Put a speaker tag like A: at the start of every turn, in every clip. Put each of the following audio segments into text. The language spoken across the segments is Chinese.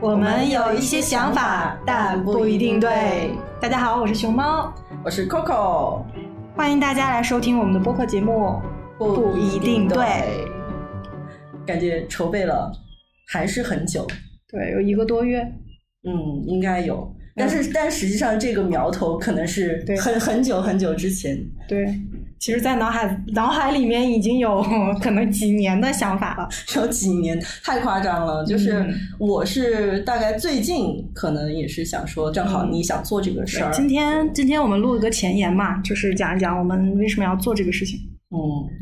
A: 我们有一些想法，但不一定对。大家好，我是熊猫，
B: 我是 Coco，
A: 欢迎大家来收听我们的播客节目。不一定对，
B: 感觉筹备了还是很久，
A: 对，有一个多月，
B: 嗯，应该有。但是，但实际上这个苗头可能是
A: 对
B: 很很久很久之前。
A: 对，其实，在脑海脑海里面已经有可能几年的想法了。
B: 有几年太夸张了，就是
A: 嗯
B: 我是大概最近可能也是想说，正好
A: 嗯
B: 你想做这个事儿，
A: 今天，今天我们录一个前言嘛，就是讲一讲我们为什么要做这个事情。
B: 嗯，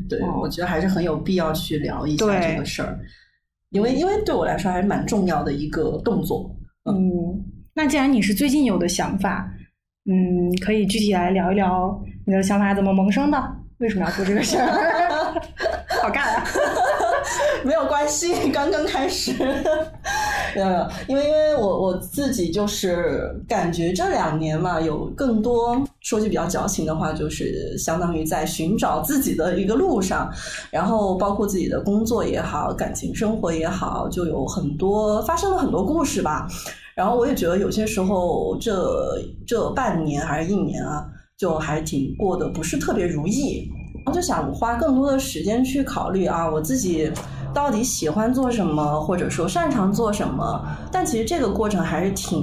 B: 对，
A: 哦
B: 我觉得还是很有必要去聊一下
A: 对
B: 这个事儿，因为因为对我来说还是蛮重要的一个动作。
A: 嗯，那既然你是最近有的想法，嗯，可以具体来聊一聊你的想法怎么萌生的，为什么要做这个 事儿？好尬啊！
B: 没有关系，刚刚开始。没有没有，因为因为我我自己就是感觉这两年嘛，有更多说句比较矫情的话，就是相当于在寻找自己的一个路上，然后包括自己的工作也好，感情生活也好，就有很多发生了很多故事吧。然后我也觉得有些时候这这半年还是一年啊，就还挺过得不是特别如意。我就想花更多的时间去考虑啊，我自己到底喜欢做什么，或者说擅长做什么。但其实这个过程还是挺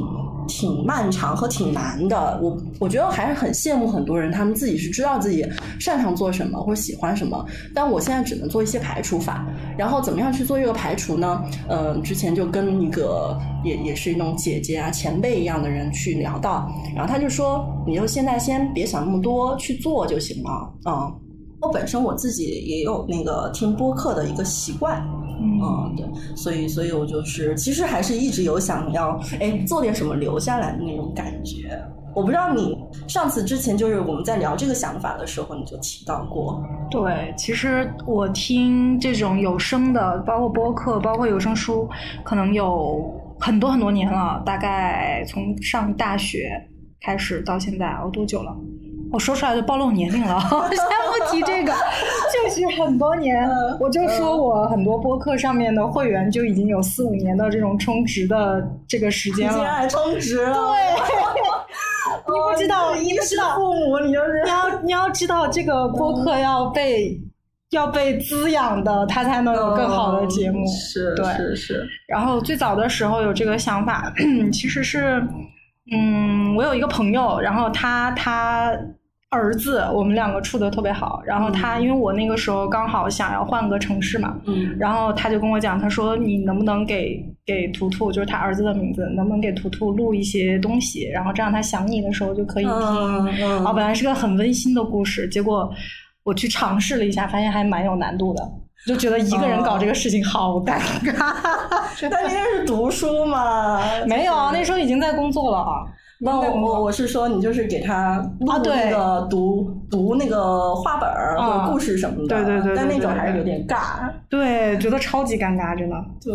B: 挺漫长和挺难的。我我觉得还是很羡慕很多人，他们自己是知道自己擅长做什么或喜欢什么，但我现在只能做一些排除法。然后怎么样去做这个排除呢？嗯，之前就跟一个也也是那种姐姐啊前辈一样的人去聊到，然后他就说，你就现在先别想那么多，去做就行了。嗯，我本身我自己也有那个听播客的一个习惯，
A: 嗯，
B: 嗯，对，所以所以我就是其实还是一直有想要哎做点什么留下来的那种感觉。我不知道你上次之前就是我们在聊这个想法的时候，你就提到过，
A: 对，其实我听这种有声的，包括播客，包括有声书，可能有很多很多年了，大概从上大学开始到现在，我多久了？我说出来就暴露年龄了， 先不提这个，就是很多年
B: 嗯。
A: 我就说我很多播客上面的会员就已经有四五年的这种充值的这个时
B: 你
A: 间
B: 竟然
A: 了。
B: 还充值了， 哦
A: 你不知道，你不知道，
B: 父母你就是
A: 你要你要知道，这个播
B: 嗯
A: 客要被、要被滋养的，它才能有更好的节目。
B: 嗯是
A: 对
B: 是是，
A: 然后最早的时候有这个想法， 其实是，嗯，我有一个朋友，然后他他儿子，我们两个处的特别好。然后他、因为我那个时候刚好想要换个城市嘛，
B: 嗯
A: 然后他就跟我讲，他说你能不能给给图图，就是他儿子的名字，能不能给图图录一些东西，然后这样他想你的时候就可以听。
B: 嗯嗯
A: 啊，本来是个很温馨的故事，结果我去尝试了一下，发现还蛮有难度的，就觉得一个人搞这个事情好尴尬。
B: 但 你那是读书嘛？
A: 没有啊，那时候已经在工作了啊。
B: 那我哦我我是说，你就是给他录那个读、读那个画本儿
A: 啊
B: 或者故事什么的，
A: 对对对对
B: 但那种
A: 对
B: 还是有点尬。
A: 对，觉得超级尴尬，真的。
B: 对，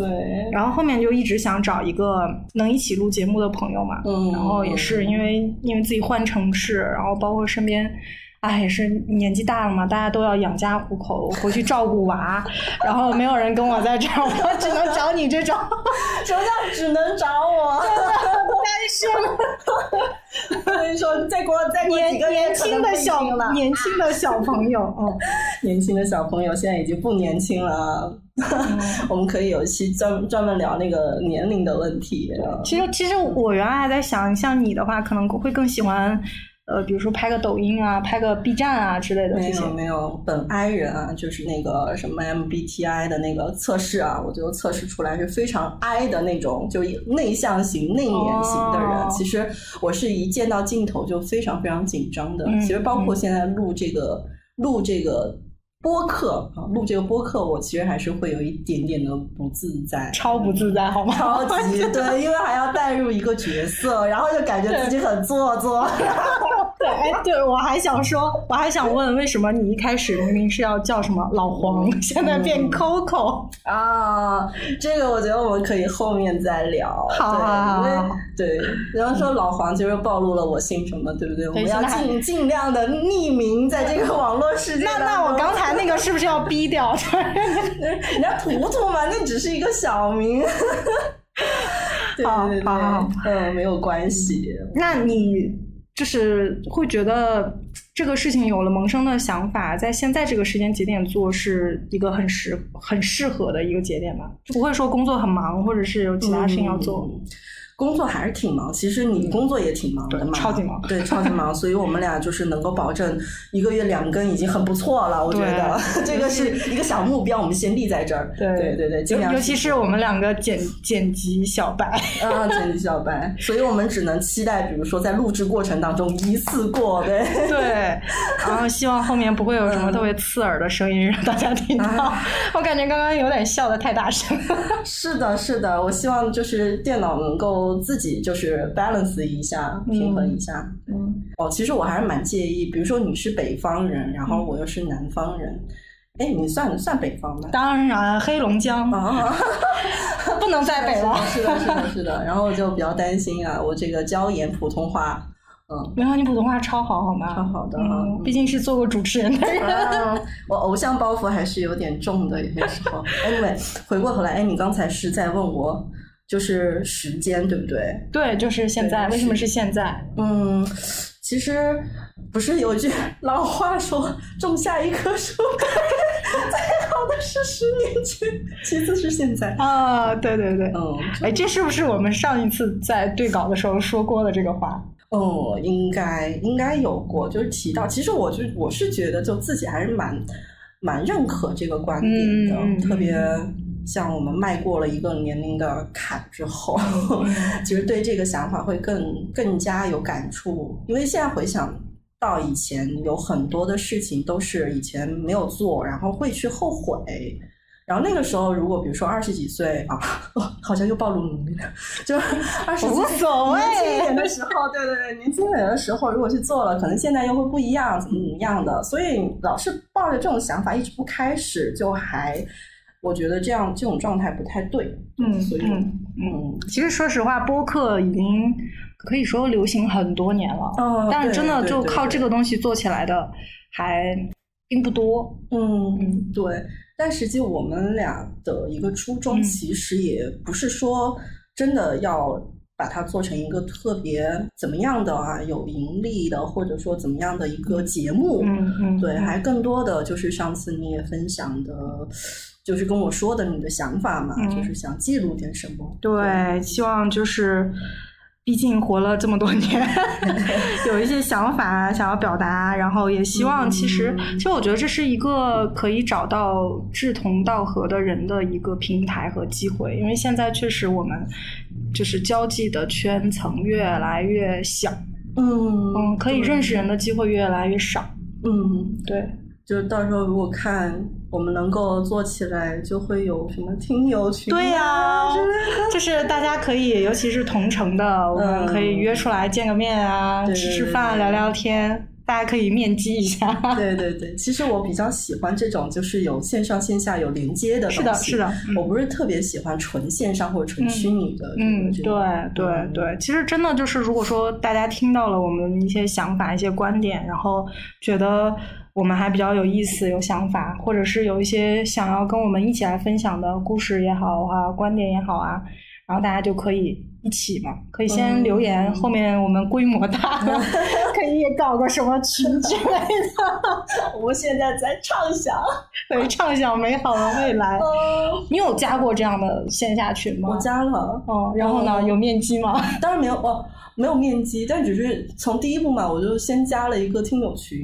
A: 然后后面就一直想找一个能一起录节目的朋友嘛，
B: 嗯
A: 然后也是因为因为自己换城市，然后包括身边，哎，也是年纪大了嘛，大家都要养家糊口，回去照顾娃， 然后没有人跟我在这儿，我只能找你这种
B: 什么叫只能找我？
A: 单
B: 我跟你说，再过再
A: 身
B: 过
A: 年
B: 几个月
A: 年
B: 可能
A: 轻的
B: 不一
A: 小
B: 定了，
A: 年轻的小朋友，嗯，
B: 年轻的小朋友现在已经不年轻了啊。 我们可以有一期专专门聊那个年龄的问题。
A: 其实，其实我原来还在想，像你的话，可能会更喜欢，呃，比如说拍个抖音啊，拍个 B 站啊之类的
B: 没
A: 这些
B: 有。没有，本 I 人啊，就是那个什么 MBTI 的那个测试啊，我就测试出来是非常 I 的那种，就内向型、内敛型的人。
A: 哦
B: 其实我是一见到镜头就非常非常紧张的。
A: 嗯
B: 其实包括现在录这个、录这个播客啊，录这个播客，我其实还是会有一点点的不自在。
A: 超不自在，好吗？
B: 超级对，因为还要带入一个角色，然后就感觉自己很做作。
A: 对，哎，对我还想说，我还想问，为什么你一开始明明是要叫什么老黄，现在
B: 嗯
A: 变 Coco？
B: 啊，这个我觉得我们可以后面再聊。
A: 好好
B: 对，
A: 好啊
B: 因为对，然后说老黄就是暴露了我姓什么，对不对？我们要
A: 现在还
B: 尽尽量的匿名，在这个网络世界
A: 那
B: 当中。
A: 那我刚才那个是不是要逼掉？
B: 人家图图嘛，那只是一个小名。 对
A: 好
B: 对对，
A: 好好好
B: 嗯，没有关系。
A: 那你就是会觉得这个事情有了萌生的想法，在现在这个时间节点做是一个很适很适合的一个节点吧？就不会说工作很忙，或者是有其他事情要做。
B: 嗯工作还是挺忙，其实你工作也挺忙的嘛，
A: 嗯对超级忙，
B: 对，超级 忙。所以我们俩就是能够保证一个月两更已经很不错了，我觉得 这个是一个小目标，我们先立在这儿。
A: 对
B: 对对对，尽量
A: 尤尤其是我们两个剪剪辑小 白，
B: 啊，剪辑小白，所以我们只能期待，比如说在录制过程当中一次过， 对。
A: 对，然后希望后面不会有
B: 嗯
A: 什么特别刺耳的声音让大家听到。我感觉刚刚有点笑的太大声了。
B: 是的，是的，我希望就是电脑能够自己就是 balance 一下，平衡一下。
A: 嗯，
B: 哦，其实我还是蛮介意，比如说你是北方人，然
A: 嗯
B: 后我又是南方人，哎，你算算北方吧？
A: 当然，黑龙江
B: 啊，
A: 不能再北了。
B: 是的，是的，是的。然后我就比较担心啊，我这个椒盐普通话，嗯，
A: 没有，你普通话超好，好吗？
B: 超好的啊
A: 嗯，毕竟是做过主持人的人。
B: 啊， 我偶像包袱还是有点重的，有些时候。Anyway，回过头来，哎，你刚才是在问我，就是时间对不对？
A: 对，就是现在。
B: 对
A: 为什么是现在？
B: 嗯，其实不是有一句老话说“种下一棵树， 最好的是十年前，其次是现在
A: 啊，对对对”。。
B: 嗯，
A: 哎，这是不是我们上一次在对稿的时候说过的这个话？
B: 哦，应该应该有过，就是提到，其实我就我是觉得，就自己还是蛮蛮认可这个观点的，
A: 嗯嗯嗯
B: 特别像我们迈过了一个年龄的坎之后， 其实对这个想法会更更加有感触，因为现在回想到以前，有很多的事情都是以前没有做，然后会去后悔。然后那个时候，如果比如说二十几岁啊， 好像又暴露年龄了，就是二十几岁
A: 无所谓
B: 年轻一点的时候，对对对，年轻一点的时候，如果去做了，可能现在又会不一样，怎么怎么样的。所以老是抱着这种想法一直不开始，就还我觉得这样这种状态不太对。
A: 嗯
B: 所以
A: 嗯
B: 嗯
A: 其实说实话，播客已经可以说流行很多年了，
B: 哦
A: 但
B: 对
A: 真的
B: 对
A: 就
B: 对
A: 靠
B: 对
A: 这个东西做起来的还并不多。
B: 嗯，对。但实际我们俩的一个初衷，
A: 嗯
B: 其实也不是说真的要把它做成一个特别怎么样的啊，有盈利的，或者说怎么样的一个节目。
A: 嗯嗯，
B: 对，还更多的就是上次你也分享的，就是跟我说的你的想法嘛，
A: 嗯
B: 就是想记录点什么。
A: 对，希望就是，毕竟活了这么多年， 有一些想法想要表达，然后也希望，其实，
B: 嗯
A: 其实我觉得这是一个可以找到志同道合的人的一个平台和机会，因为现在确实我们就是交际的圈层越来越小，
B: 嗯
A: 嗯，可以认识人的机会越来越少，
B: 嗯，
A: 对，
B: 就是到时候如果看我们能够做起来，就会有什么听友群、啊
A: 对呀、
B: 之类 的
A: 就是大家可以，尤其是同城的，我们可以约出来见个面啊，
B: 嗯对对
A: 吃吃
B: 对
A: 饭、
B: 对
A: 聊聊天，大家可以面基一下。
B: 对对对，其实我比较喜欢这种就是有线上线下有连接的东西。
A: 是的，是的，
B: 我不是特别喜欢纯线上或者纯虚拟的这个。
A: 嗯，
B: 这
A: 对
B: 个
A: 对
B: 嗯
A: 对，其实真的就是，如果说大家听到了我们一些想法、一些观点，然后觉得我们还比较有意思、有想法，或者是有一些想要跟我们一起来分享的故事也好啊、观点也好啊，然后大家就可以一起嘛，可以先
B: 嗯
A: 留言，后面我们规模 大了，可以搞个什么群之类的，
B: 我们现在在畅想。
A: 对，畅想美好的未来。你有加过这样的线下群吗
B: 呃我？加了，
A: 哦，然后呢？有面基吗？
B: 当然没有哦，没有面基，但只是从第一步嘛，我就先加了一个听友群，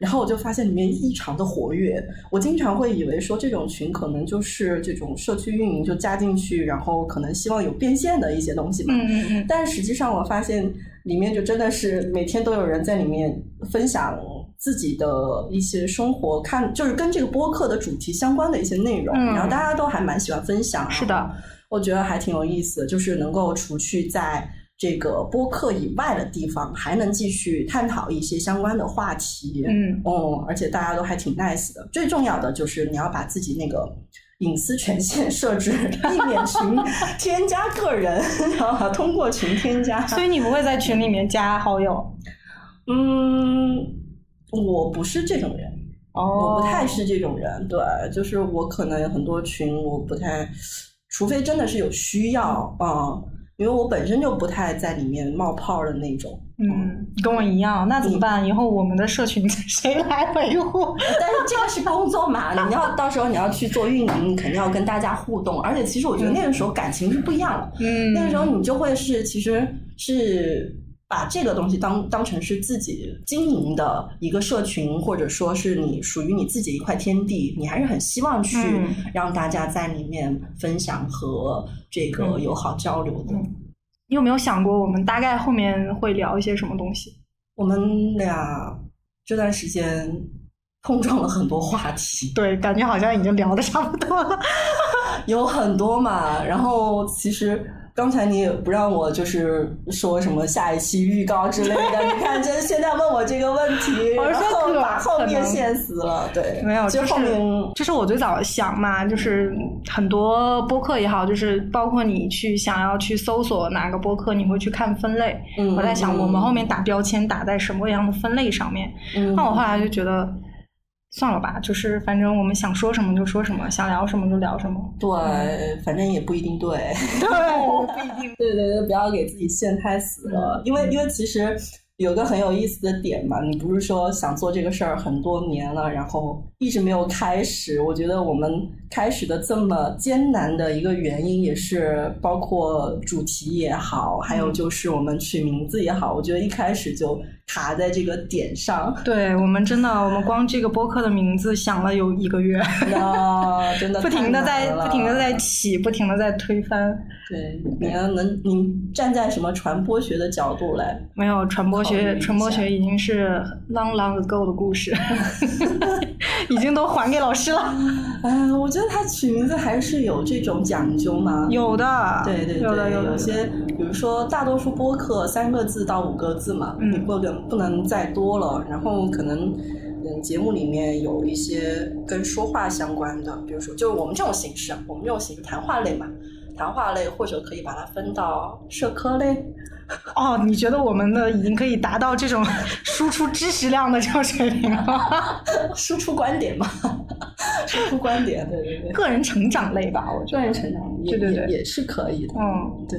B: 然后我就发现里面异常的活跃。我经常会以为说这种群可能就是这种社区运营就加进去，然后可能希望有变现的一些东西嘛。
A: 嗯嗯嗯。
B: 但实际上我发现里面就真的是每天都有人在里面分享自己的一些生活，看就是跟这个播客的主题相关的一些内容，
A: 嗯
B: 然后大家都还蛮喜欢分享、啊
A: 是的，
B: 我觉得还挺有意思的，就是能够除去在。这个播客以外的地方，还能继续探讨一些相关的话题。
A: 嗯
B: 哦、而且大家都还挺 nice 的。最重要的就是你要把自己那个隐私权限设置，避 免群添加个人，然后通过群添加。
A: 所以你不会在群里面加好友
B: 嗯，我不是这种人，我
A: 哦
B: 不太是这种人。对，就是我可能有很多群，我不太，除非真的是有需要啊。嗯因为我本身就不太在里面冒泡的那种。
A: 嗯，跟我一样，那怎么办？以后我们的社群谁来维护？
B: 但是这个是工作嘛，你要到时候你要去做运营，你肯定要跟大家互动。而且其实我觉得那个时候感情是不一样的，
A: 嗯，
B: 那个时候你就会是其实是把这个东西当当成是自己经营的一个社群，或者说是你属于你自己一块天地，你还是很希望去
A: 嗯
B: 让大家在里面分享和这个
A: 嗯
B: 友好交流的。
A: 嗯你有没有想过我们大概后面会聊一些什么东西？
B: 我们俩这段时间碰撞了很多话题。
A: 对，感觉好像已经聊的 差不多了。
B: 有很多嘛，然后其实刚才你也不让我就是说什么下一期预告之类的，你看这现在问我这个问题，
A: 我是
B: 然
A: 说
B: 后
A: 可
B: 把后面
A: 可能
B: 陷死了，对，
A: 没有，
B: 其
A: 就
B: 实
A: 是
B: 后面
A: 就是我最早想嘛，就是很多播客也好，就是包括你去想要去搜索哪个播客，你会去看分类。
B: 嗯
A: 我在想，我们后
B: 面，
A: 面打标签打在什么样的分类上面？
B: 嗯
A: 那我后来就觉得，算了吧，就是反正我们想说什么就说什么，想聊什么就聊什么。
B: 对，反正也不一定对。
A: 对，不一定。
B: 对对对，不要给自己陷太死
A: 嗯
B: 了，因为因为其实有个很有意思的点嘛，你不是说想做这个事儿很多年了，然后一直没有开始。我觉得我们开始的这么艰难的一个原因，也是包括主题也好，还
A: 嗯
B: 有就是我们取名字也好，我觉得一开始就卡在这个点上。
A: 对我们真的，我们光这个播客的名字想了有一个 月，
B: 那真的
A: 不停的
B: 太
A: 在
B: 难了
A: 不停的在起，不停的在推翻。
B: 对，你要能你站在什么传播学的角度来
A: 没有传播
B: 考虑
A: 学，
B: 一
A: 传播
B: 下
A: 学已经是 long long ago 的故 事，已经都还给老师了。
B: 哎，我觉得他取名字还是有这种讲究嘛。
A: 有的，
B: 对对对，
A: 有的有的。
B: 些，比如说大多数播客三个字到五个字嘛，
A: 嗯
B: 你不能不能再多了。然后可能，嗯，节目里面有一些跟说话相关的，比如说就是我们这种形式，我们这种形式谈话类嘛，谈话类或者可以把它分到社科类，
A: 哦，你觉得我们的已经可以达到这种 输出知识量的这种水平了？
B: 输出观点嘛， 输出观点，对对对，
A: 个人成长类吧，我觉
B: 个
A: 得。
B: 人成长也
A: 对对对
B: 也也是可以的，
A: 嗯，
B: 对。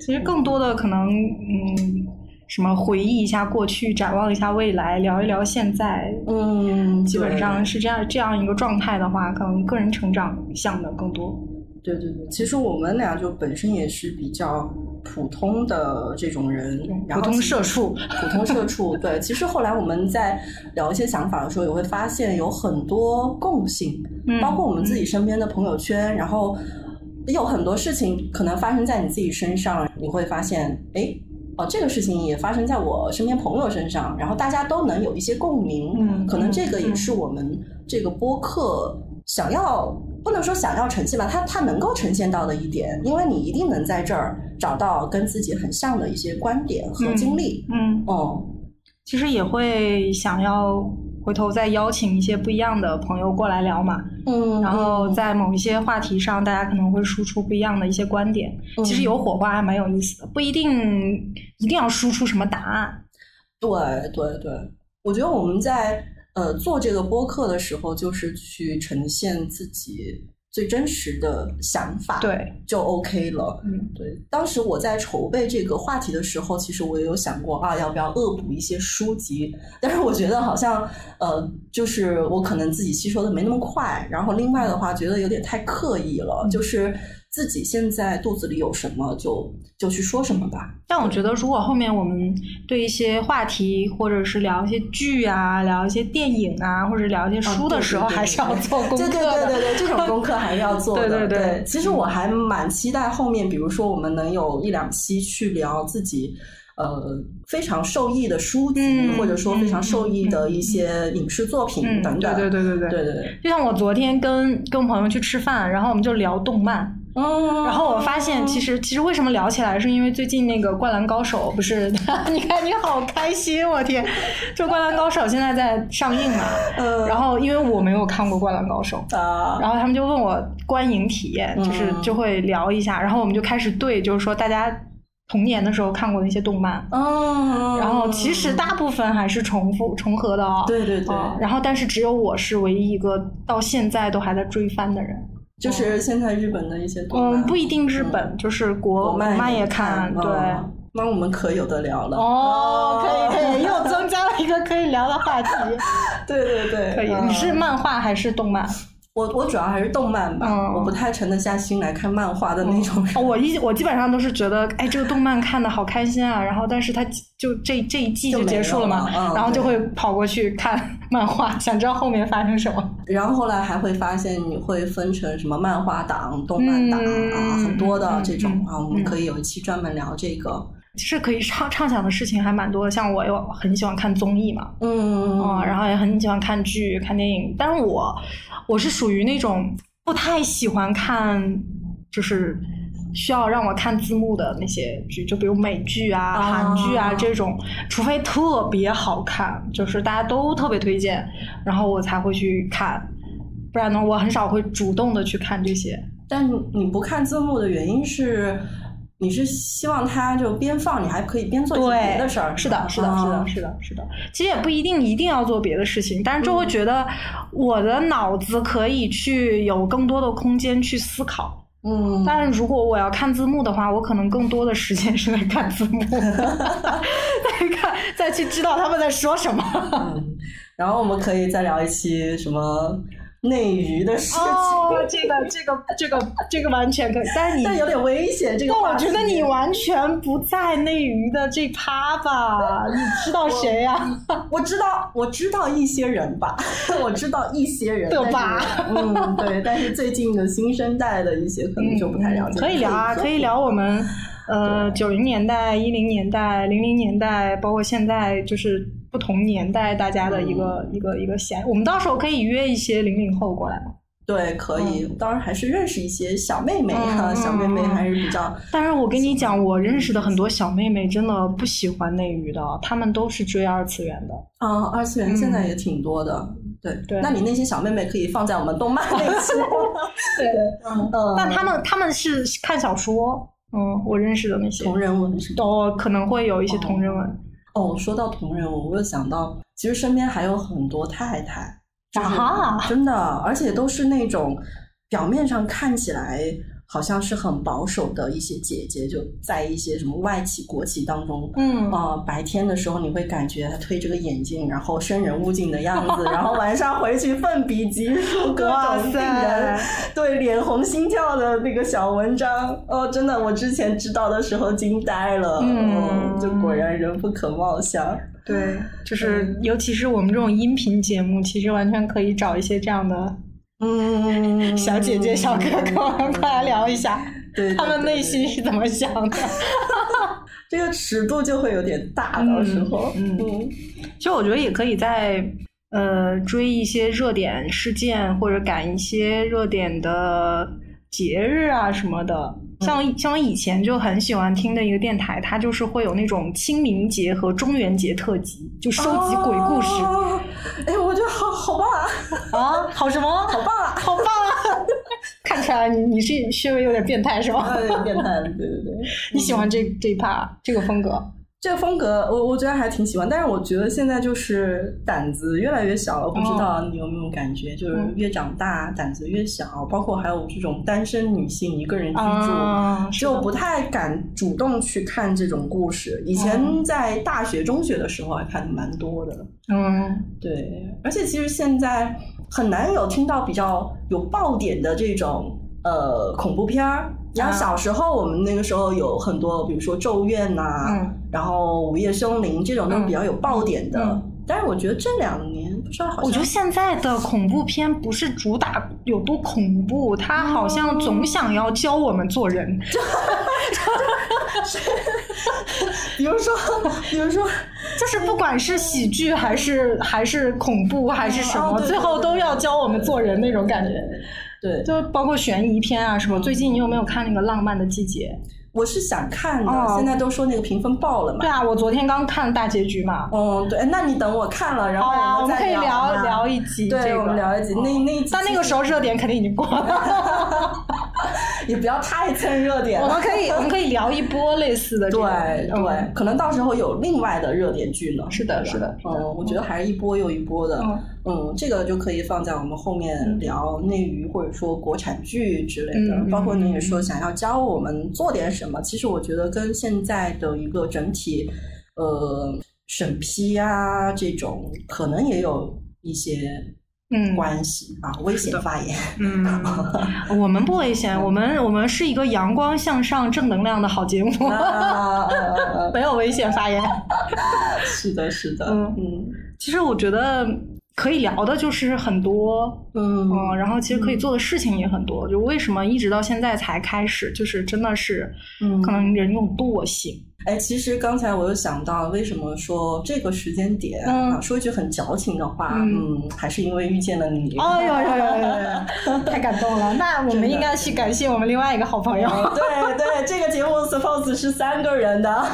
A: 其实更多的可能，嗯，什么回忆一下过去，展望一下未来，聊一聊现在，
B: 嗯，
A: 基本
B: 对
A: 上是这样这样一个状态的话，可能个人成长向的更多。
B: 对对对，其实我们俩就本身也是比较普通的这种人，然
A: 普通
B: 后其
A: 社畜，
B: 普通社畜。对，其实后来我们在聊一些想法的时候，也会发现有很多共性，
A: 嗯
B: 包括我们自己身边的朋友圈，然后有很多事情可能发生在你自己身上，你会发现，哎。哦，这个事情也发生在我身边朋友身上，然后大家都能有一些共鸣，
A: 嗯
B: 可能这个也
A: 嗯
B: 是我们这个播客想要，不能说想要呈现吧，它它能够呈现到的一点，因为你一定能在这儿找到跟自己很像的一些观点和
A: 嗯
B: 经历，
A: 嗯，
B: 哦，
A: 其实也会想要回头再邀请一些不一样的朋友过来聊嘛，
B: 嗯，
A: 然后在某一些话题上，大家可能会输出不一样的一些观点，
B: 嗯
A: 其实有火花还蛮有意思的，不一定一定要输出什么答案。
B: 对对对，我觉得我们在呃做这个播客的时候，就是去呈现自己最真实的想法，，
A: 对，
B: 就 OK 了。
A: 嗯，
B: 对，当时我在筹备这个话题的时候，其实我也有想过啊，要不要恶补一些书籍？但是我觉得好像呃，就是我可能自己吸收的没那么快，然后另外的话，觉得有点太刻意了，就是自己现在肚子里有什么就就去说什么吧。
A: 但我觉得如果后面我们对一些话题，或者是聊一些剧啊，聊一些电影啊，或者聊一些书的时候，
B: 对对对
A: 还是要做功课的。
B: 对对对对对，这种功课还是要做的。
A: 对对对嗯
B: 其实我还蛮期待后面，比如说我们能有一两期去聊自己。呃，非常受益的书籍，
A: 嗯
B: 或者说非常受益的一些影视作品
A: 嗯，
B: 等等，
A: 对对对对对。
B: 对对对，
A: 就像我昨天跟跟朋友去吃饭，然后我们就聊动漫，
B: 嗯
A: 然后我发现，其实其实为什么聊起来，是因为最近那个《灌篮高手》不是？ 你看你好开心，我天！就《灌篮高手》现在在上映嘛，
B: 呃，
A: 然后因为我没有看过《灌篮高手》。
B: 啊，
A: 然后他们就问我观影体验，就是
B: 嗯
A: 就会聊一下，然后我们就开始对，就是说大家童年的时候看过的一些动漫，
B: 嗯，
A: 然后其实大部分还是重复重合的哦。
B: 对对对，
A: 啊然后但是只有我是唯一一个到现在都还在追番的人。
B: 就是现在日本的一些动漫
A: 嗯，不一定日本，就是国
B: 国漫
A: 也
B: 看，
A: 对。
B: 嗯那我们可有的聊了。
A: 哦，可 以可以，又增加了一个可以聊的话题。
B: 对对对，
A: 可以，
B: 嗯
A: 你是漫画还是动漫？
B: 我我主要还是动漫吧，
A: 嗯
B: 我不太沉得下心来看漫画的那种人。
A: 哦，我一我基本上都是觉得，哎，这个动漫看的好开心啊，然后但是它就这这一季
B: 就
A: 就
B: 没
A: 结束了嘛，
B: 了嘛嗯
A: 然后就
B: 对
A: 会跑过去看漫画，想知道后面发生什么。
B: 然后后来还会发现你会分成什么漫画党、动漫党啊，
A: 嗯
B: 很多的这种
A: 嗯嗯
B: 啊，我们
A: 嗯
B: 可以有一期专门聊这个。
A: 其实可以畅畅想的事情还蛮多的，像我又很喜欢看综艺嘛，
B: 嗯，
A: 嗯，然后也很喜欢看剧、看电影，但是我我是属于那种不太喜欢看，就是需要让我看字幕的那些剧，就比如美剧啊、
B: 啊
A: 韩剧啊这种，除非特别好看，就是大家都特别推荐，然后我才会去看，不然呢，我很少会主动的去看这些。
B: 但你不看字幕的原因是，你是希望它就边放，你还可以边做一些别的事儿。
A: 是的，是的，
B: 啊
A: 是的，是的，是的。其实也不一定一定要做别的事情，但是就会
B: 嗯
A: 觉得我的脑子可以去有更多的空间去思考。
B: 嗯，
A: 但是如果我要看字幕的话，我可能更多的时间是在看字幕， 在看再去知道他们在说什么。
B: 嗯然后我们可以再聊一期什么内娱的事情，
A: 哦，这个这个这个这个完全可以，但是你
B: 但有点危险。这个
A: 但
B: 话
A: 我
B: 题
A: 觉得你完全不在内娱的这趴吧？你知道谁呀、
B: 我知道，我知道一些人吧， 我知道一些人，
A: 对吧
B: 但是？嗯，对，但是最近的新生代的一些可能就不太了解。
A: 可以聊 啊，可以聊我们呃九零年代、一零年代、零零年代，包括现在就是不同年代大家的一个、
B: 嗯
A: 一个一个闲。我们到时候可以约一些零零后过来，
B: 对，可以。当然还是认识一些小妹妹啊，
A: 嗯嗯嗯
B: 小妹妹还是比较
A: 但是我跟你讲，我认识的很多小妹妹真的不喜欢内娱的，她们都是追二次元的。
B: 嗯，二次元现在也挺多的。对
A: 嗯对
B: 那你那些小妹妹可以放在我们动漫 那期。
A: 对，
B: 嗯，
A: 但她们她们是看小说，嗯，我认识的那些
B: 同人文是吧？
A: 都可能会有一些同人文
B: 哦，说到同人文，我又想到，其实身边还有很多太太。
A: 啊哈，
B: 真的，而且都是那种表面上看起来好像是很保守的一些姐姐，就在一些什么外企、国企当中。
A: 嗯
B: 呃，白天的时候你会感觉她推着个眼镜，然后生人勿近的样 子，然后晚上回去奋笔疾书，各
A: 哇
B: 种令
A: 塞
B: 人对脸红心跳的那个小文章。哦，真的，我之前知道的时候惊呆了，哦
A: 嗯
B: 就果然人不可貌相。
A: 对，就是尤其是我们这种音频节目，其实完全可以找一些这样的
B: 嗯，
A: 小姐姐、小哥哥们 过来聊一下，
B: 对，对
A: 他们
B: 对
A: 内心嗯是怎么想的。
B: 这个尺度就会有点大，到时候，
A: 嗯其实我觉得也可以在呃追一些热点事件，或者赶一些热点的节日啊什么的。像像我以前就很喜欢听的一个电台，它就是会有那种清明节和中元节特辑，就收集鬼故事。
B: 哦哎，我觉得好好棒 啊！
A: 啊，好什么？好棒啊！好棒啊！ 看出来你你是稍微有点变态是吧？
B: 哎，变态，对对对，
A: 你喜欢这这一趴这个风格？
B: 这个风格，我我觉得还挺喜欢。但是我觉得现在就是胆子越来越小了，不知道你有没有感觉，就是越长大胆子越小，包括还有这种单身女性一个人居住。
A: 啊，是
B: 就不太敢主动去看这种故事。以前在大学、中学的时候还看的蛮多的。
A: 嗯，
B: 对，而且其实现在很难有听到比较有爆点的这种呃恐怖片儿。然
A: 啊
B: 后小时候我们那个时候有很多，比如说《咒怨》呐，
A: 嗯
B: 然后《午夜凶铃》这种都是比较有爆点的。
A: 嗯嗯
B: 但是我觉得这两年不知道好
A: 我觉
B: 像
A: 得现在的恐怖片不是主打有多恐怖，它好
B: 哦
A: 像总想要教我们做人。
B: 比如说， 比如说，
A: 就是不管是喜剧还是还是恐怖还是什
B: 哦
A: 么，
B: 对对
A: 最后
B: 对
A: 都
B: 对
A: 要教我们做人那种感觉。
B: 对，
A: 就包括悬疑片啊什么。最近你有没有看那个《浪漫的季节》？
B: 我是想看的。
A: 哦
B: 现在都说那个评分爆了嘛。
A: 对啊，我昨天刚看大结局嘛。
B: 嗯，对，那你等我看了，然后
A: 好呀，
B: 哦我
A: 哦我
B: 们
A: 们
B: 再
A: 可以
B: 聊
A: 聊
B: 嘛
A: 聊一集这
B: 对，
A: 个。
B: 我们聊一集。那那一集，
A: 但那个时候热点肯定已经过了。
B: 也不要太蹭热点
A: 我
B: 了。
A: 们可以我们可以聊一波类似的这
B: 对
A: 种，
B: 对，
A: 嗯
B: 可能到时候有另外的热点剧呢。
A: 是的是的是的
B: 嗯，我觉得还是一波又一波的。
A: 嗯
B: 嗯，这个就可以放在我们后面聊内娱或者说国产剧之类的，
A: 嗯
B: 包括你也说想要教我们做点什么，其实我觉得跟现在的一个整体呃审批啊这种可能也有一些
A: 嗯
B: 关系啊，危险 发言。
A: 嗯，我们不危险，我们我们是一个阳光向上、正能量的好节目，
B: 啊，呃呃
A: 没有危险发言。
B: 呃是的，是的，
A: 嗯
B: 嗯
A: 其实我觉得可以聊的就是很多，
B: 嗯
A: 嗯，然后其实可以做的事情也很多。就为什么一直到现在才开始，就是真的是，
B: 嗯
A: 可能人有惰性，
B: 哎，其实刚才我又想到，为什么说这个时间点、
A: 嗯
B: 啊？说一句很矫情的话，
A: 嗯
B: 嗯，还是因为遇见了你。
A: 哎呦呦呦呦呦！太感动了。那我
B: 真的
A: 们应该去感谢我们另外一个好朋友。
B: 哎对对，这个节目 suppose 是三个人的，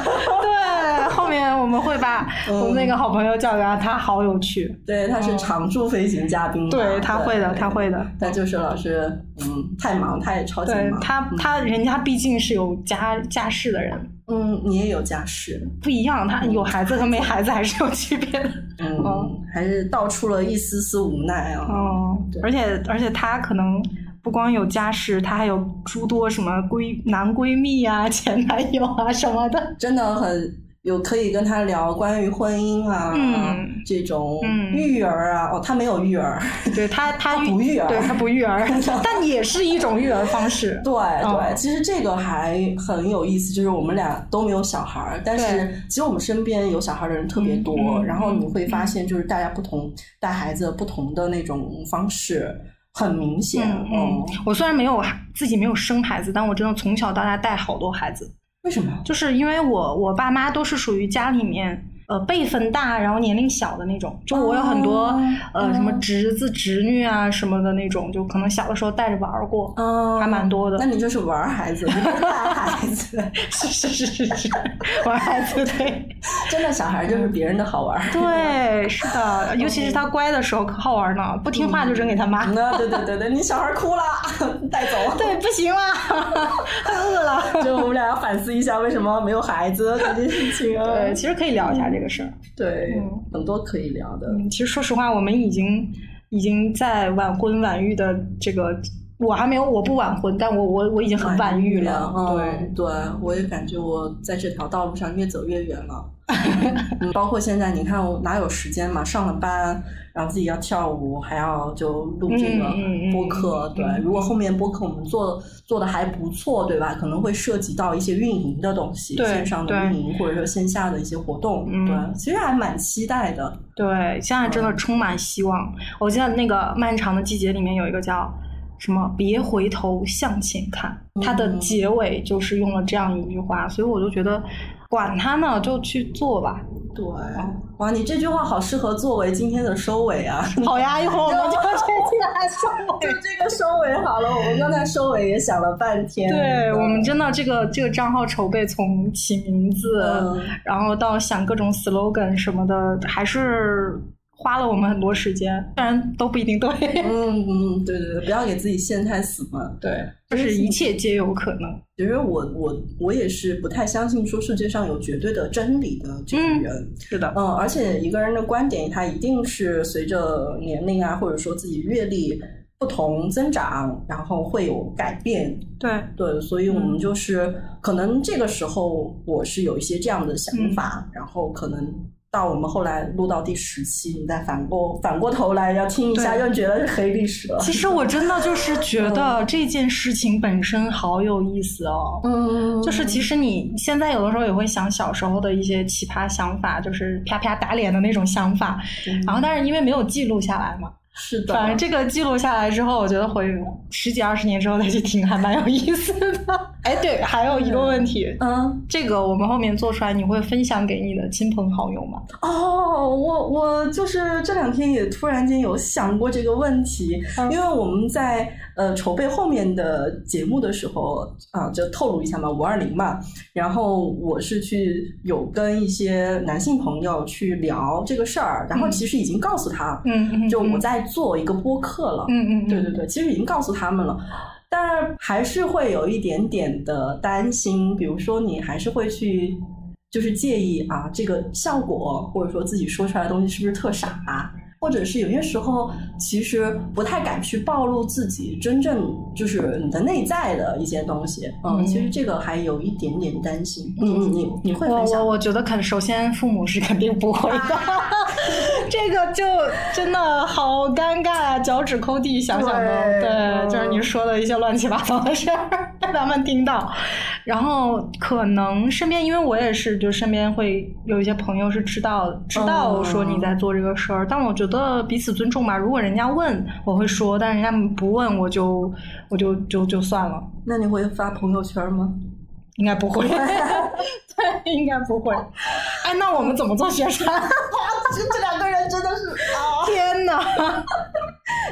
A: 对，后面我们会把
B: 嗯
A: 我们那个好朋友叫来，他好有趣。
B: 对，他是常驻飞行嘉宾嘛，
A: 哦对他会的，
B: 嗯对
A: 他。会的。
B: 但就是老师，嗯，太忙，太超级
A: 对
B: 忙。
A: 他，他人家毕竟是有家家室的人，
B: 嗯，你也有家室，
A: 不一样。他有孩子和没孩子还是有区别 的。
B: 嗯，
A: 哦
B: 还是道出了一丝丝无奈啊。
A: 哦
B: 对，
A: 而且而且她可能不光有家室，她还有诸多什么闺男闺蜜啊、前男友啊什么的。
B: 真的很有可以跟他聊关于婚姻啊，
A: 嗯
B: 这种
A: 嗯
B: 育儿啊。哦，他没有育儿，
A: 对她，她
B: 不育儿
A: 对她不育 儿，但也是一种育儿方式。
B: 对对，
A: 嗯
B: 其实这个还很有意思，就是我们俩都没有小孩儿，但
A: 对
B: 是其实我们身边有小孩儿的人特别多，
A: 嗯嗯
B: 然后你会发现就是大家不同带孩子不同的那种方式很明显，
A: 嗯嗯，我虽然没有孩自己没有生孩子，但我真的从小到大带好多孩子，
B: 为什么？
A: 就是因为我我爸妈都是属于家里面。呃，辈分大，然后年龄小的那种，就我有很多、
B: 哦
A: 呃什么
B: 哦
A: 侄子侄女啊什么的那种，就可能小的时候带着玩儿过，
B: 嗯，
A: 还蛮多的
B: 那你就是玩儿孩子，你不是带孩子，
A: 是是是是是，玩孩子对
B: 真的小孩儿
A: 嗯
B: 就是别人的好玩儿。
A: 对是的，嗯尤其是他乖的时候可好玩呢，不听话就扔给他妈，
B: 那嗯对对对对，你小孩哭了， 带走。
A: 对不行了，太饿了。
B: 就我们俩要反思一下，为什么没有孩子这件事情啊？
A: 对，其实可以聊一下这个事儿。
B: 对
A: 嗯，
B: 很多可以聊的。
A: 嗯，其实说实话，我们已经已经在晚婚晚育的这个，我还没有，我不晚婚，但我我我已经很晚育了。
B: 嗯，对，我也感觉我在这条道路上越走越远了。 嗯包括现在，你看我哪有时间嘛？上了班，然后自己要跳舞，还要就录这个
A: 嗯嗯嗯
B: 播客。
A: 嗯
B: 对，如果后面播客我们做做的还不错，对吧？可能会涉及到一些运营的东西，
A: 对
B: 线上的
A: 对
B: 运营或者说线下的一些活动。
A: 嗯
B: 对，其实还蛮期待的。
A: 对，现在真的充满希望。我记得那个《漫长的季节》里面有一个叫什么“别回头向前看”，它的
B: 嗯
A: 结尾就是用了这样一句话，所以我就觉得，管它呢，就去做吧。
B: 对，
A: 哦
B: 哇，你这句话好适合作为今天的收尾啊！
A: 好呀，一会儿我们就这期来说。
B: 就这个收尾好了，我们刚才收尾也想了半天。
A: 对
B: 嗯
A: 我们真的这个这个账号筹备，从起名字，
B: 嗯
A: 然后到想各种 slogan 什么的，还是花了我们很多时间，虽然都不一定对。
B: 嗯嗯，对对对，不要给自己陷太死嘛。
A: 对，就是一切皆有可能。
B: 其实我我我也是不太相信说世界上有绝对的真理的这种人。
A: 是的，
B: 嗯，而且一个人的观点，他一定是随着年龄啊，或者说自己阅历不同增长，然后会有改变。
A: 对。
B: 对，所以我
A: 嗯
B: 们就是、可能这个时候我是有一些这样的想
A: 嗯
B: 法，然后可能到我们后来录到第十期，你再反过反过头来要听一下，
A: 对
B: 又觉得是黑历史了。
A: 其实我真的就是觉得这件事情本身好有意思哦。
B: 嗯
A: 就是其实你现在有的时候也会想小时候的一些奇葩想法，就是啪啪打脸的那种想法，然后但是因为没有记录下来嘛，
B: 嗯是的，
A: 反正这个记录下来之后，我觉得回十几二十年之后再去听还蛮有意思的。哎，对，还有一个问题，
B: 嗯
A: 这个我们后面做出来你会分享给你的亲朋好友吗？
B: 哦，我我就是这两天也突然间有想过这个问题，
A: 嗯
B: 因为我们在呃筹备后面的节目的时候啊，就透露一下嘛，五二零嘛，然后我是去有跟一些男性朋友去聊这个事儿，然后
A: 嗯
B: 其实已经告诉他，
A: 嗯嗯，
B: 就我
A: 在，
B: 在做一个播客了，
A: 嗯嗯，
B: 对对对，其实已经告诉他们了。但是还是会有一点点的担心，比如说你还是会去就是介意啊，这个效果或者说自己说出来的东西是不是特傻、啊，或者是有些时候其实不太敢去暴露自己真正就是你的内在的一些东西，嗯，
A: 嗯
B: 其实这个还有一点点担心。你你你你会
A: 我
B: 分
A: 我
B: 享？
A: 我觉得肯，首先父母是肯定不会 的，这个就真的好尴尬呀、脚趾抠地，想想都
B: 对
A: 对，
B: 嗯
A: 就是你说的一些乱七八糟的事儿，他们听到，然后可能身边，因为我也是，就身边会有一些朋友是知道知道
B: 嗯
A: 说你在做这个事儿，但我觉得彼此尊重吧。如果人家问，我会说；但人家不问，我就我就就就算了，
B: 那你会发朋友圈吗？
A: 应该不 会。对，应该不会。哎，那我们怎么做宣传？
B: 这 这两个人真的是啊，
A: 天哪！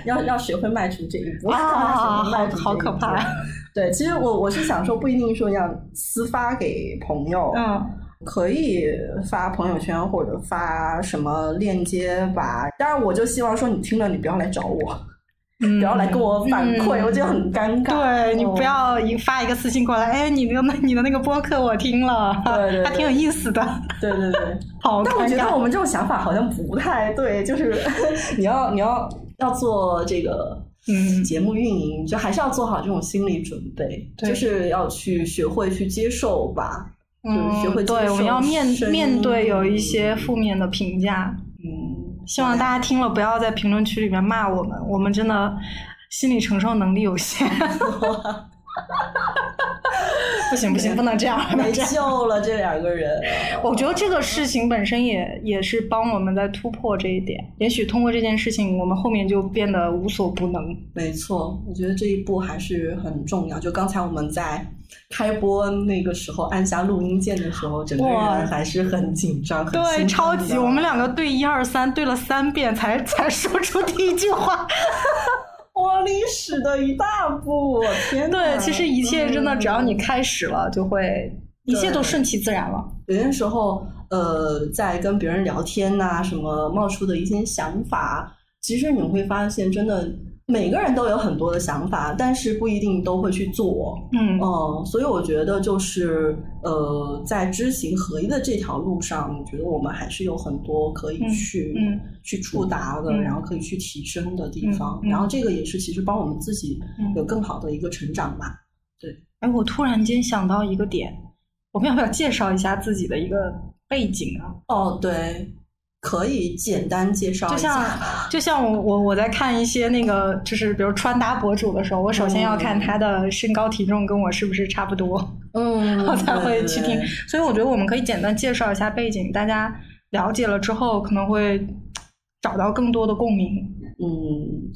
B: 要要学会迈出这一步，
A: 啊，
B: 要学会迈
A: 好
B: 出
A: 好
B: 这一
A: 可
B: 步
A: 怕！
B: 对，其实我我是想说，不一定说要私发给朋 友，
A: 嗯，
B: 可以发朋友圈或者发什么链接吧。当然，我就希望说你听了，你不要来找我，
A: 不
B: 不要来跟我反馈，我觉得很尴尬。
A: 嗯对你
B: 嗯
A: 不。要一发一个私信过来，哎，你的那你的那个播客我听了，
B: 对对 对
A: 还挺有意思的，
B: 对对对，
A: 好
B: 但我
A: 尴
B: 觉得
A: 尬。
B: 我们这种想法好像不太对，就是 你要你要要做这个
A: 嗯
B: 节目运营，就还是要做好这种心理准备，
A: 对
B: 就是要去学会去接受吧。就是学会
A: 嗯，
B: 接受
A: 对，我们要面
B: 声音
A: 面对有一些负面的评价，
B: 嗯，
A: 希望大家听了不要在评论区里面骂我们，我们真的心理承受能力有 限。 不行不行，不能这样，不能
B: 没
A: 这样。
B: 救了这两个人。
A: 我觉得这个事情本身也也是帮我们在突破这一点。也许通过这件事情，我们后面就变得无所不能。
B: 没错，我觉得这一步还是很重要。就刚才我们在开播那个时候按下录音键的时候，整个
A: 哇
B: 人还是很紧张，很
A: 对，
B: 兴奋
A: 超
B: 的
A: 级，我们两个对一二三对了三遍才 才说出第一句话。
B: 我历史的一大步，我天哪！
A: 对，其实一切真的只要你
B: 嗯
A: 开始了，就会一
B: 对
A: 切都顺其自然了。
B: 有些时候，呃，在跟别人聊天呐、什么冒出的一些想法，其实你会发现，真的每个人都有很多的想法，但是不一定都会去做。
A: 嗯
B: 嗯，所以我觉得就是呃，在知行合一的这条路上，我觉得我们还是有很多可以
A: 嗯
B: 去、
A: 嗯
B: 去触达的，
A: 嗯
B: 然后可以去提升的地方。
A: 嗯嗯
B: 然后这个也是其实帮我们自己
A: 嗯
B: 有更好的一个成长吧。
A: 哎，我突然间想到一个点，我们要不要介绍一下自己的一个背景啊？
B: 哦，对，可以简单介绍
A: 就
B: 一
A: 像
B: 下。
A: 就像我我我在看一些那个就是比如穿搭博主的时候，我首先要看他的身高体重跟我是不是差不多，
B: 嗯，
A: 我才会
B: 对
A: 去
B: 对
A: 听
B: 对。
A: 所以我觉得我们可以简单介绍一下背景，大家了解了之后可能会嘖找到更多的共鸣。
B: 嗯，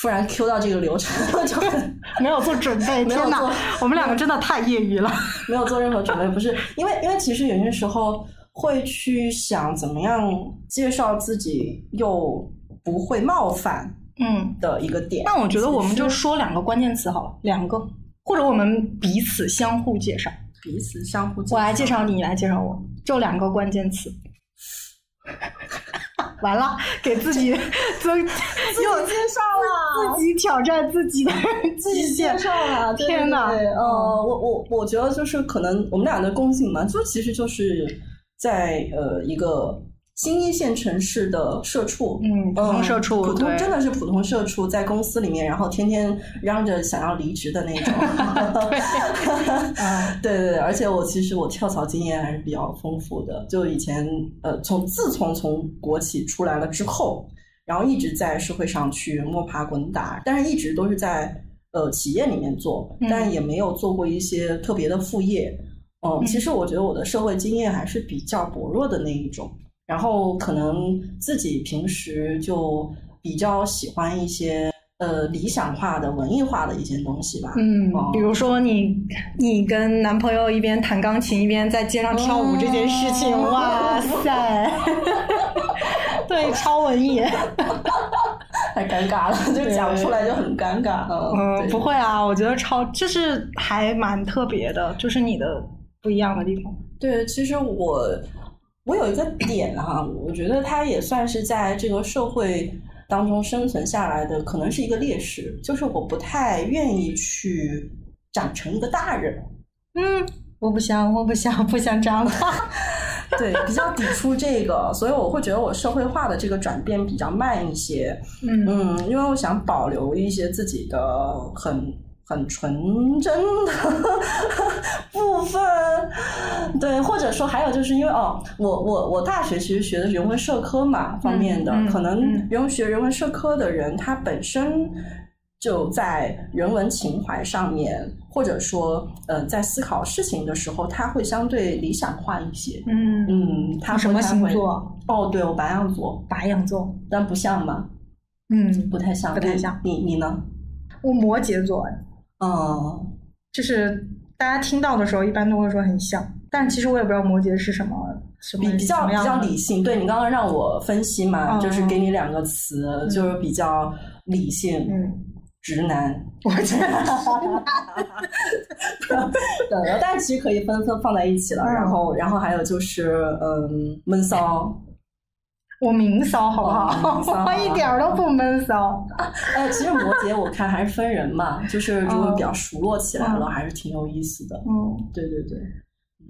B: 突然 Q 到这个流程， 就很
A: 没有做准备，
B: 没有
A: 天哪
B: 做，
A: 我们两个真的太业 余了。
B: 没有做任何准备，不是因为因为其实有些时候会去想怎么样介绍自己又不会冒犯
A: 嗯，
B: 的一个点。
A: 那我觉得我们就
B: 其实
A: 说两个关键词好了，两个，或者我们彼此相互介绍，
B: 彼此相互，
A: 我来介，绍你，你来介绍我，就两个关键词。完了，给自己增
B: 又介绍了
A: 自。己挑战 自己的
B: 啊自己
A: 极限
B: 介。绍了，对
A: 天哪
B: 对对
A: 嗯
B: 呃，我我我觉得就是可能我们俩的共性嘛，就其实就是在呃一个新一线城市的社畜，
A: 嗯，普通社畜，
B: 普通
A: 对
B: 真的是普通社畜，在公司里面，然后天天嚷着想要离职的那 种。
A: 嗯
B: 对对对，而且我其实我跳槽经验还是比较丰富的，就以前呃，从自从从国企出来了之后，然后一直在社会上去摸爬滚打，但是一直都是在呃企业里面做
A: 嗯，
B: 但也没有做过一些特别的副业。嗯，其实我觉得我的社会经验还是比较薄弱的那一种，然后可能自己平时就比较喜欢一些呃理想化的、文艺化的一些东西吧。
A: 嗯
B: 哦，
A: 比如说你，你跟男朋友一边弹钢琴一边在街上跳舞这件事情，
B: 嗯
A: 哇 塞， 对，超文艺。
B: 太尴尬了，就讲出来就很尴尬。
A: 嗯，
B: 对
A: 不会啊，我觉得超就是还蛮特别的，就是你的不一样的地方。
B: 对，其实啊我我有一个点哈、我觉得它也算是在这个社会。当中生存下来的，可能是一个劣势，就是我不太愿意去长成一个大人。
A: 嗯，我不想，我不想，不想长大。
B: 对，比较抵触这个，所以我会觉得我社会化的这个转变比较慢一些。
A: 嗯
B: 嗯，因为我想保留一些自己的很很纯真的 部分。对，或者说还有就是因为哦，我我我大学其实学的是人文社科嘛方面的，
A: 嗯嗯
B: 可能
A: 嗯
B: 人文学人文社科的人，他本身就在人文情怀上面，或者说呃，在思考事情的时候，他会相对理想化一些。
A: 嗯，
B: 嗯，他
A: 你什
B: 会
A: 么
B: 他
A: 星
B: 会
A: 座？
B: 哦，对我白羊座，
A: 白羊座。
B: 但不像吧？
A: 嗯，
B: 不太像，
A: 不太像。
B: 你你呢？
A: 我摩羯座，
B: 嗯，
A: 就是大家听到的时候一般都会说很像，但其实我也不知道摩羯是什么什么
B: 比比
A: 嗯
B: 较
A: 什么
B: 比
A: 样
B: 较
A: 的
B: 理性。对你刚刚让我分析嘛，
A: 嗯
B: 就是给你两个词，就是比较理性、
A: 嗯，
B: 直男。
A: 我觉得
B: 对，然后但是其实可以分分放在一起了。
A: 嗯
B: 然后然后还有就是嗯，闷骚。
A: 我闷骚好不
B: 哦闷骚
A: 好？我一点儿都不闷骚。
B: 哎，其实摩羯我看还是分人嘛，就是如
A: 哦
B: 果比较熟络起来了，还是挺有意思的。
A: 嗯。
B: 对对对，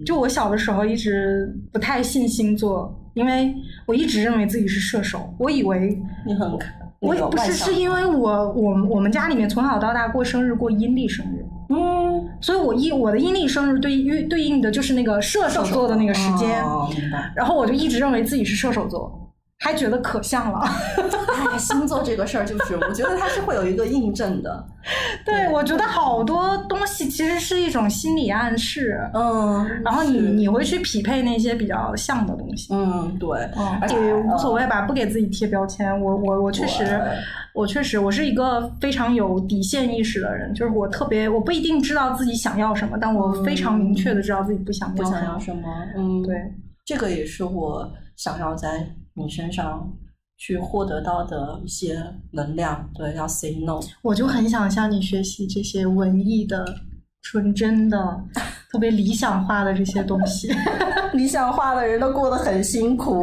A: 就我小的时候一直不太信星座，因为我一直认为自己是射手，我以为
B: 你很
A: 我
B: 那个
A: 不
B: 外
A: 是
B: 向
A: 是因为我我我们家里面从小到大过生日过阴历生日，
B: 嗯
A: 所以我一我的阴历生日对应对应的就是那个射手座的那个时间，
B: 哦明白。
A: 然后我就一直认为自己是射手座，还觉得可像了。
B: 哎，星座这个事儿，就是我觉得它是会有一个印证的。
A: 对，我觉得好多东西其实是一种心理暗示，
B: 嗯
A: 然后你
B: 是
A: 你会去匹配那些比较像的东西。
B: 嗯，对，
A: 嗯
B: 而且
A: 也无所谓吧，不给自己贴标签。我我我确实
B: 对，
A: 我确实我是一个非常有底线意识的人，就是我特别我不一定知道自己想要什么，但我非常明确的知道自己不想
B: 嗯不
A: 要什
B: 想要
A: 么。
B: 什么，嗯，
A: 对，，
B: 这个也是我想要在你身上去获得到的一些能量。对，要 say no。
A: 我就很想向你学习这些文艺的、纯真的、特别理想化的这些东 西，
B: 理想化的人都过得很辛苦，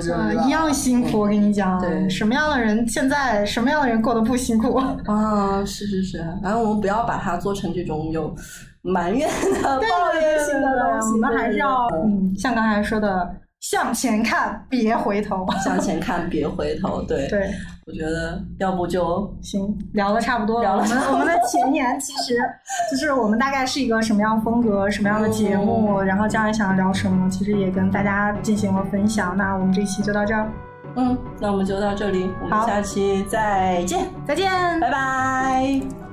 B: 真
A: 一样辛苦。我跟你讲，
B: 啊对
A: 什么样的人现在什么样的人过得不辛苦？
B: 啊，是是是，反正我们不要把它做成这种有埋怨的、抱怨性的东西，
A: 我们还是
B: 对
A: 要嗯，像刚才说的，向前看，别回头。
B: 向前看，别回头。对，
A: 对，
B: 我觉得要不就
A: 行，聊的差不多
B: 聊得
A: 我们
B: 差不
A: 我
B: 多
A: 们的前年其实就是我们大概是一个什么样风格、什么样的节目，然后将来想要聊什么，其实也跟大家进行了分享。那我们这一期就到这儿，
B: 嗯，那我们就到这里，我
A: 好
B: 们下期再见，
A: 再见，
B: 拜拜。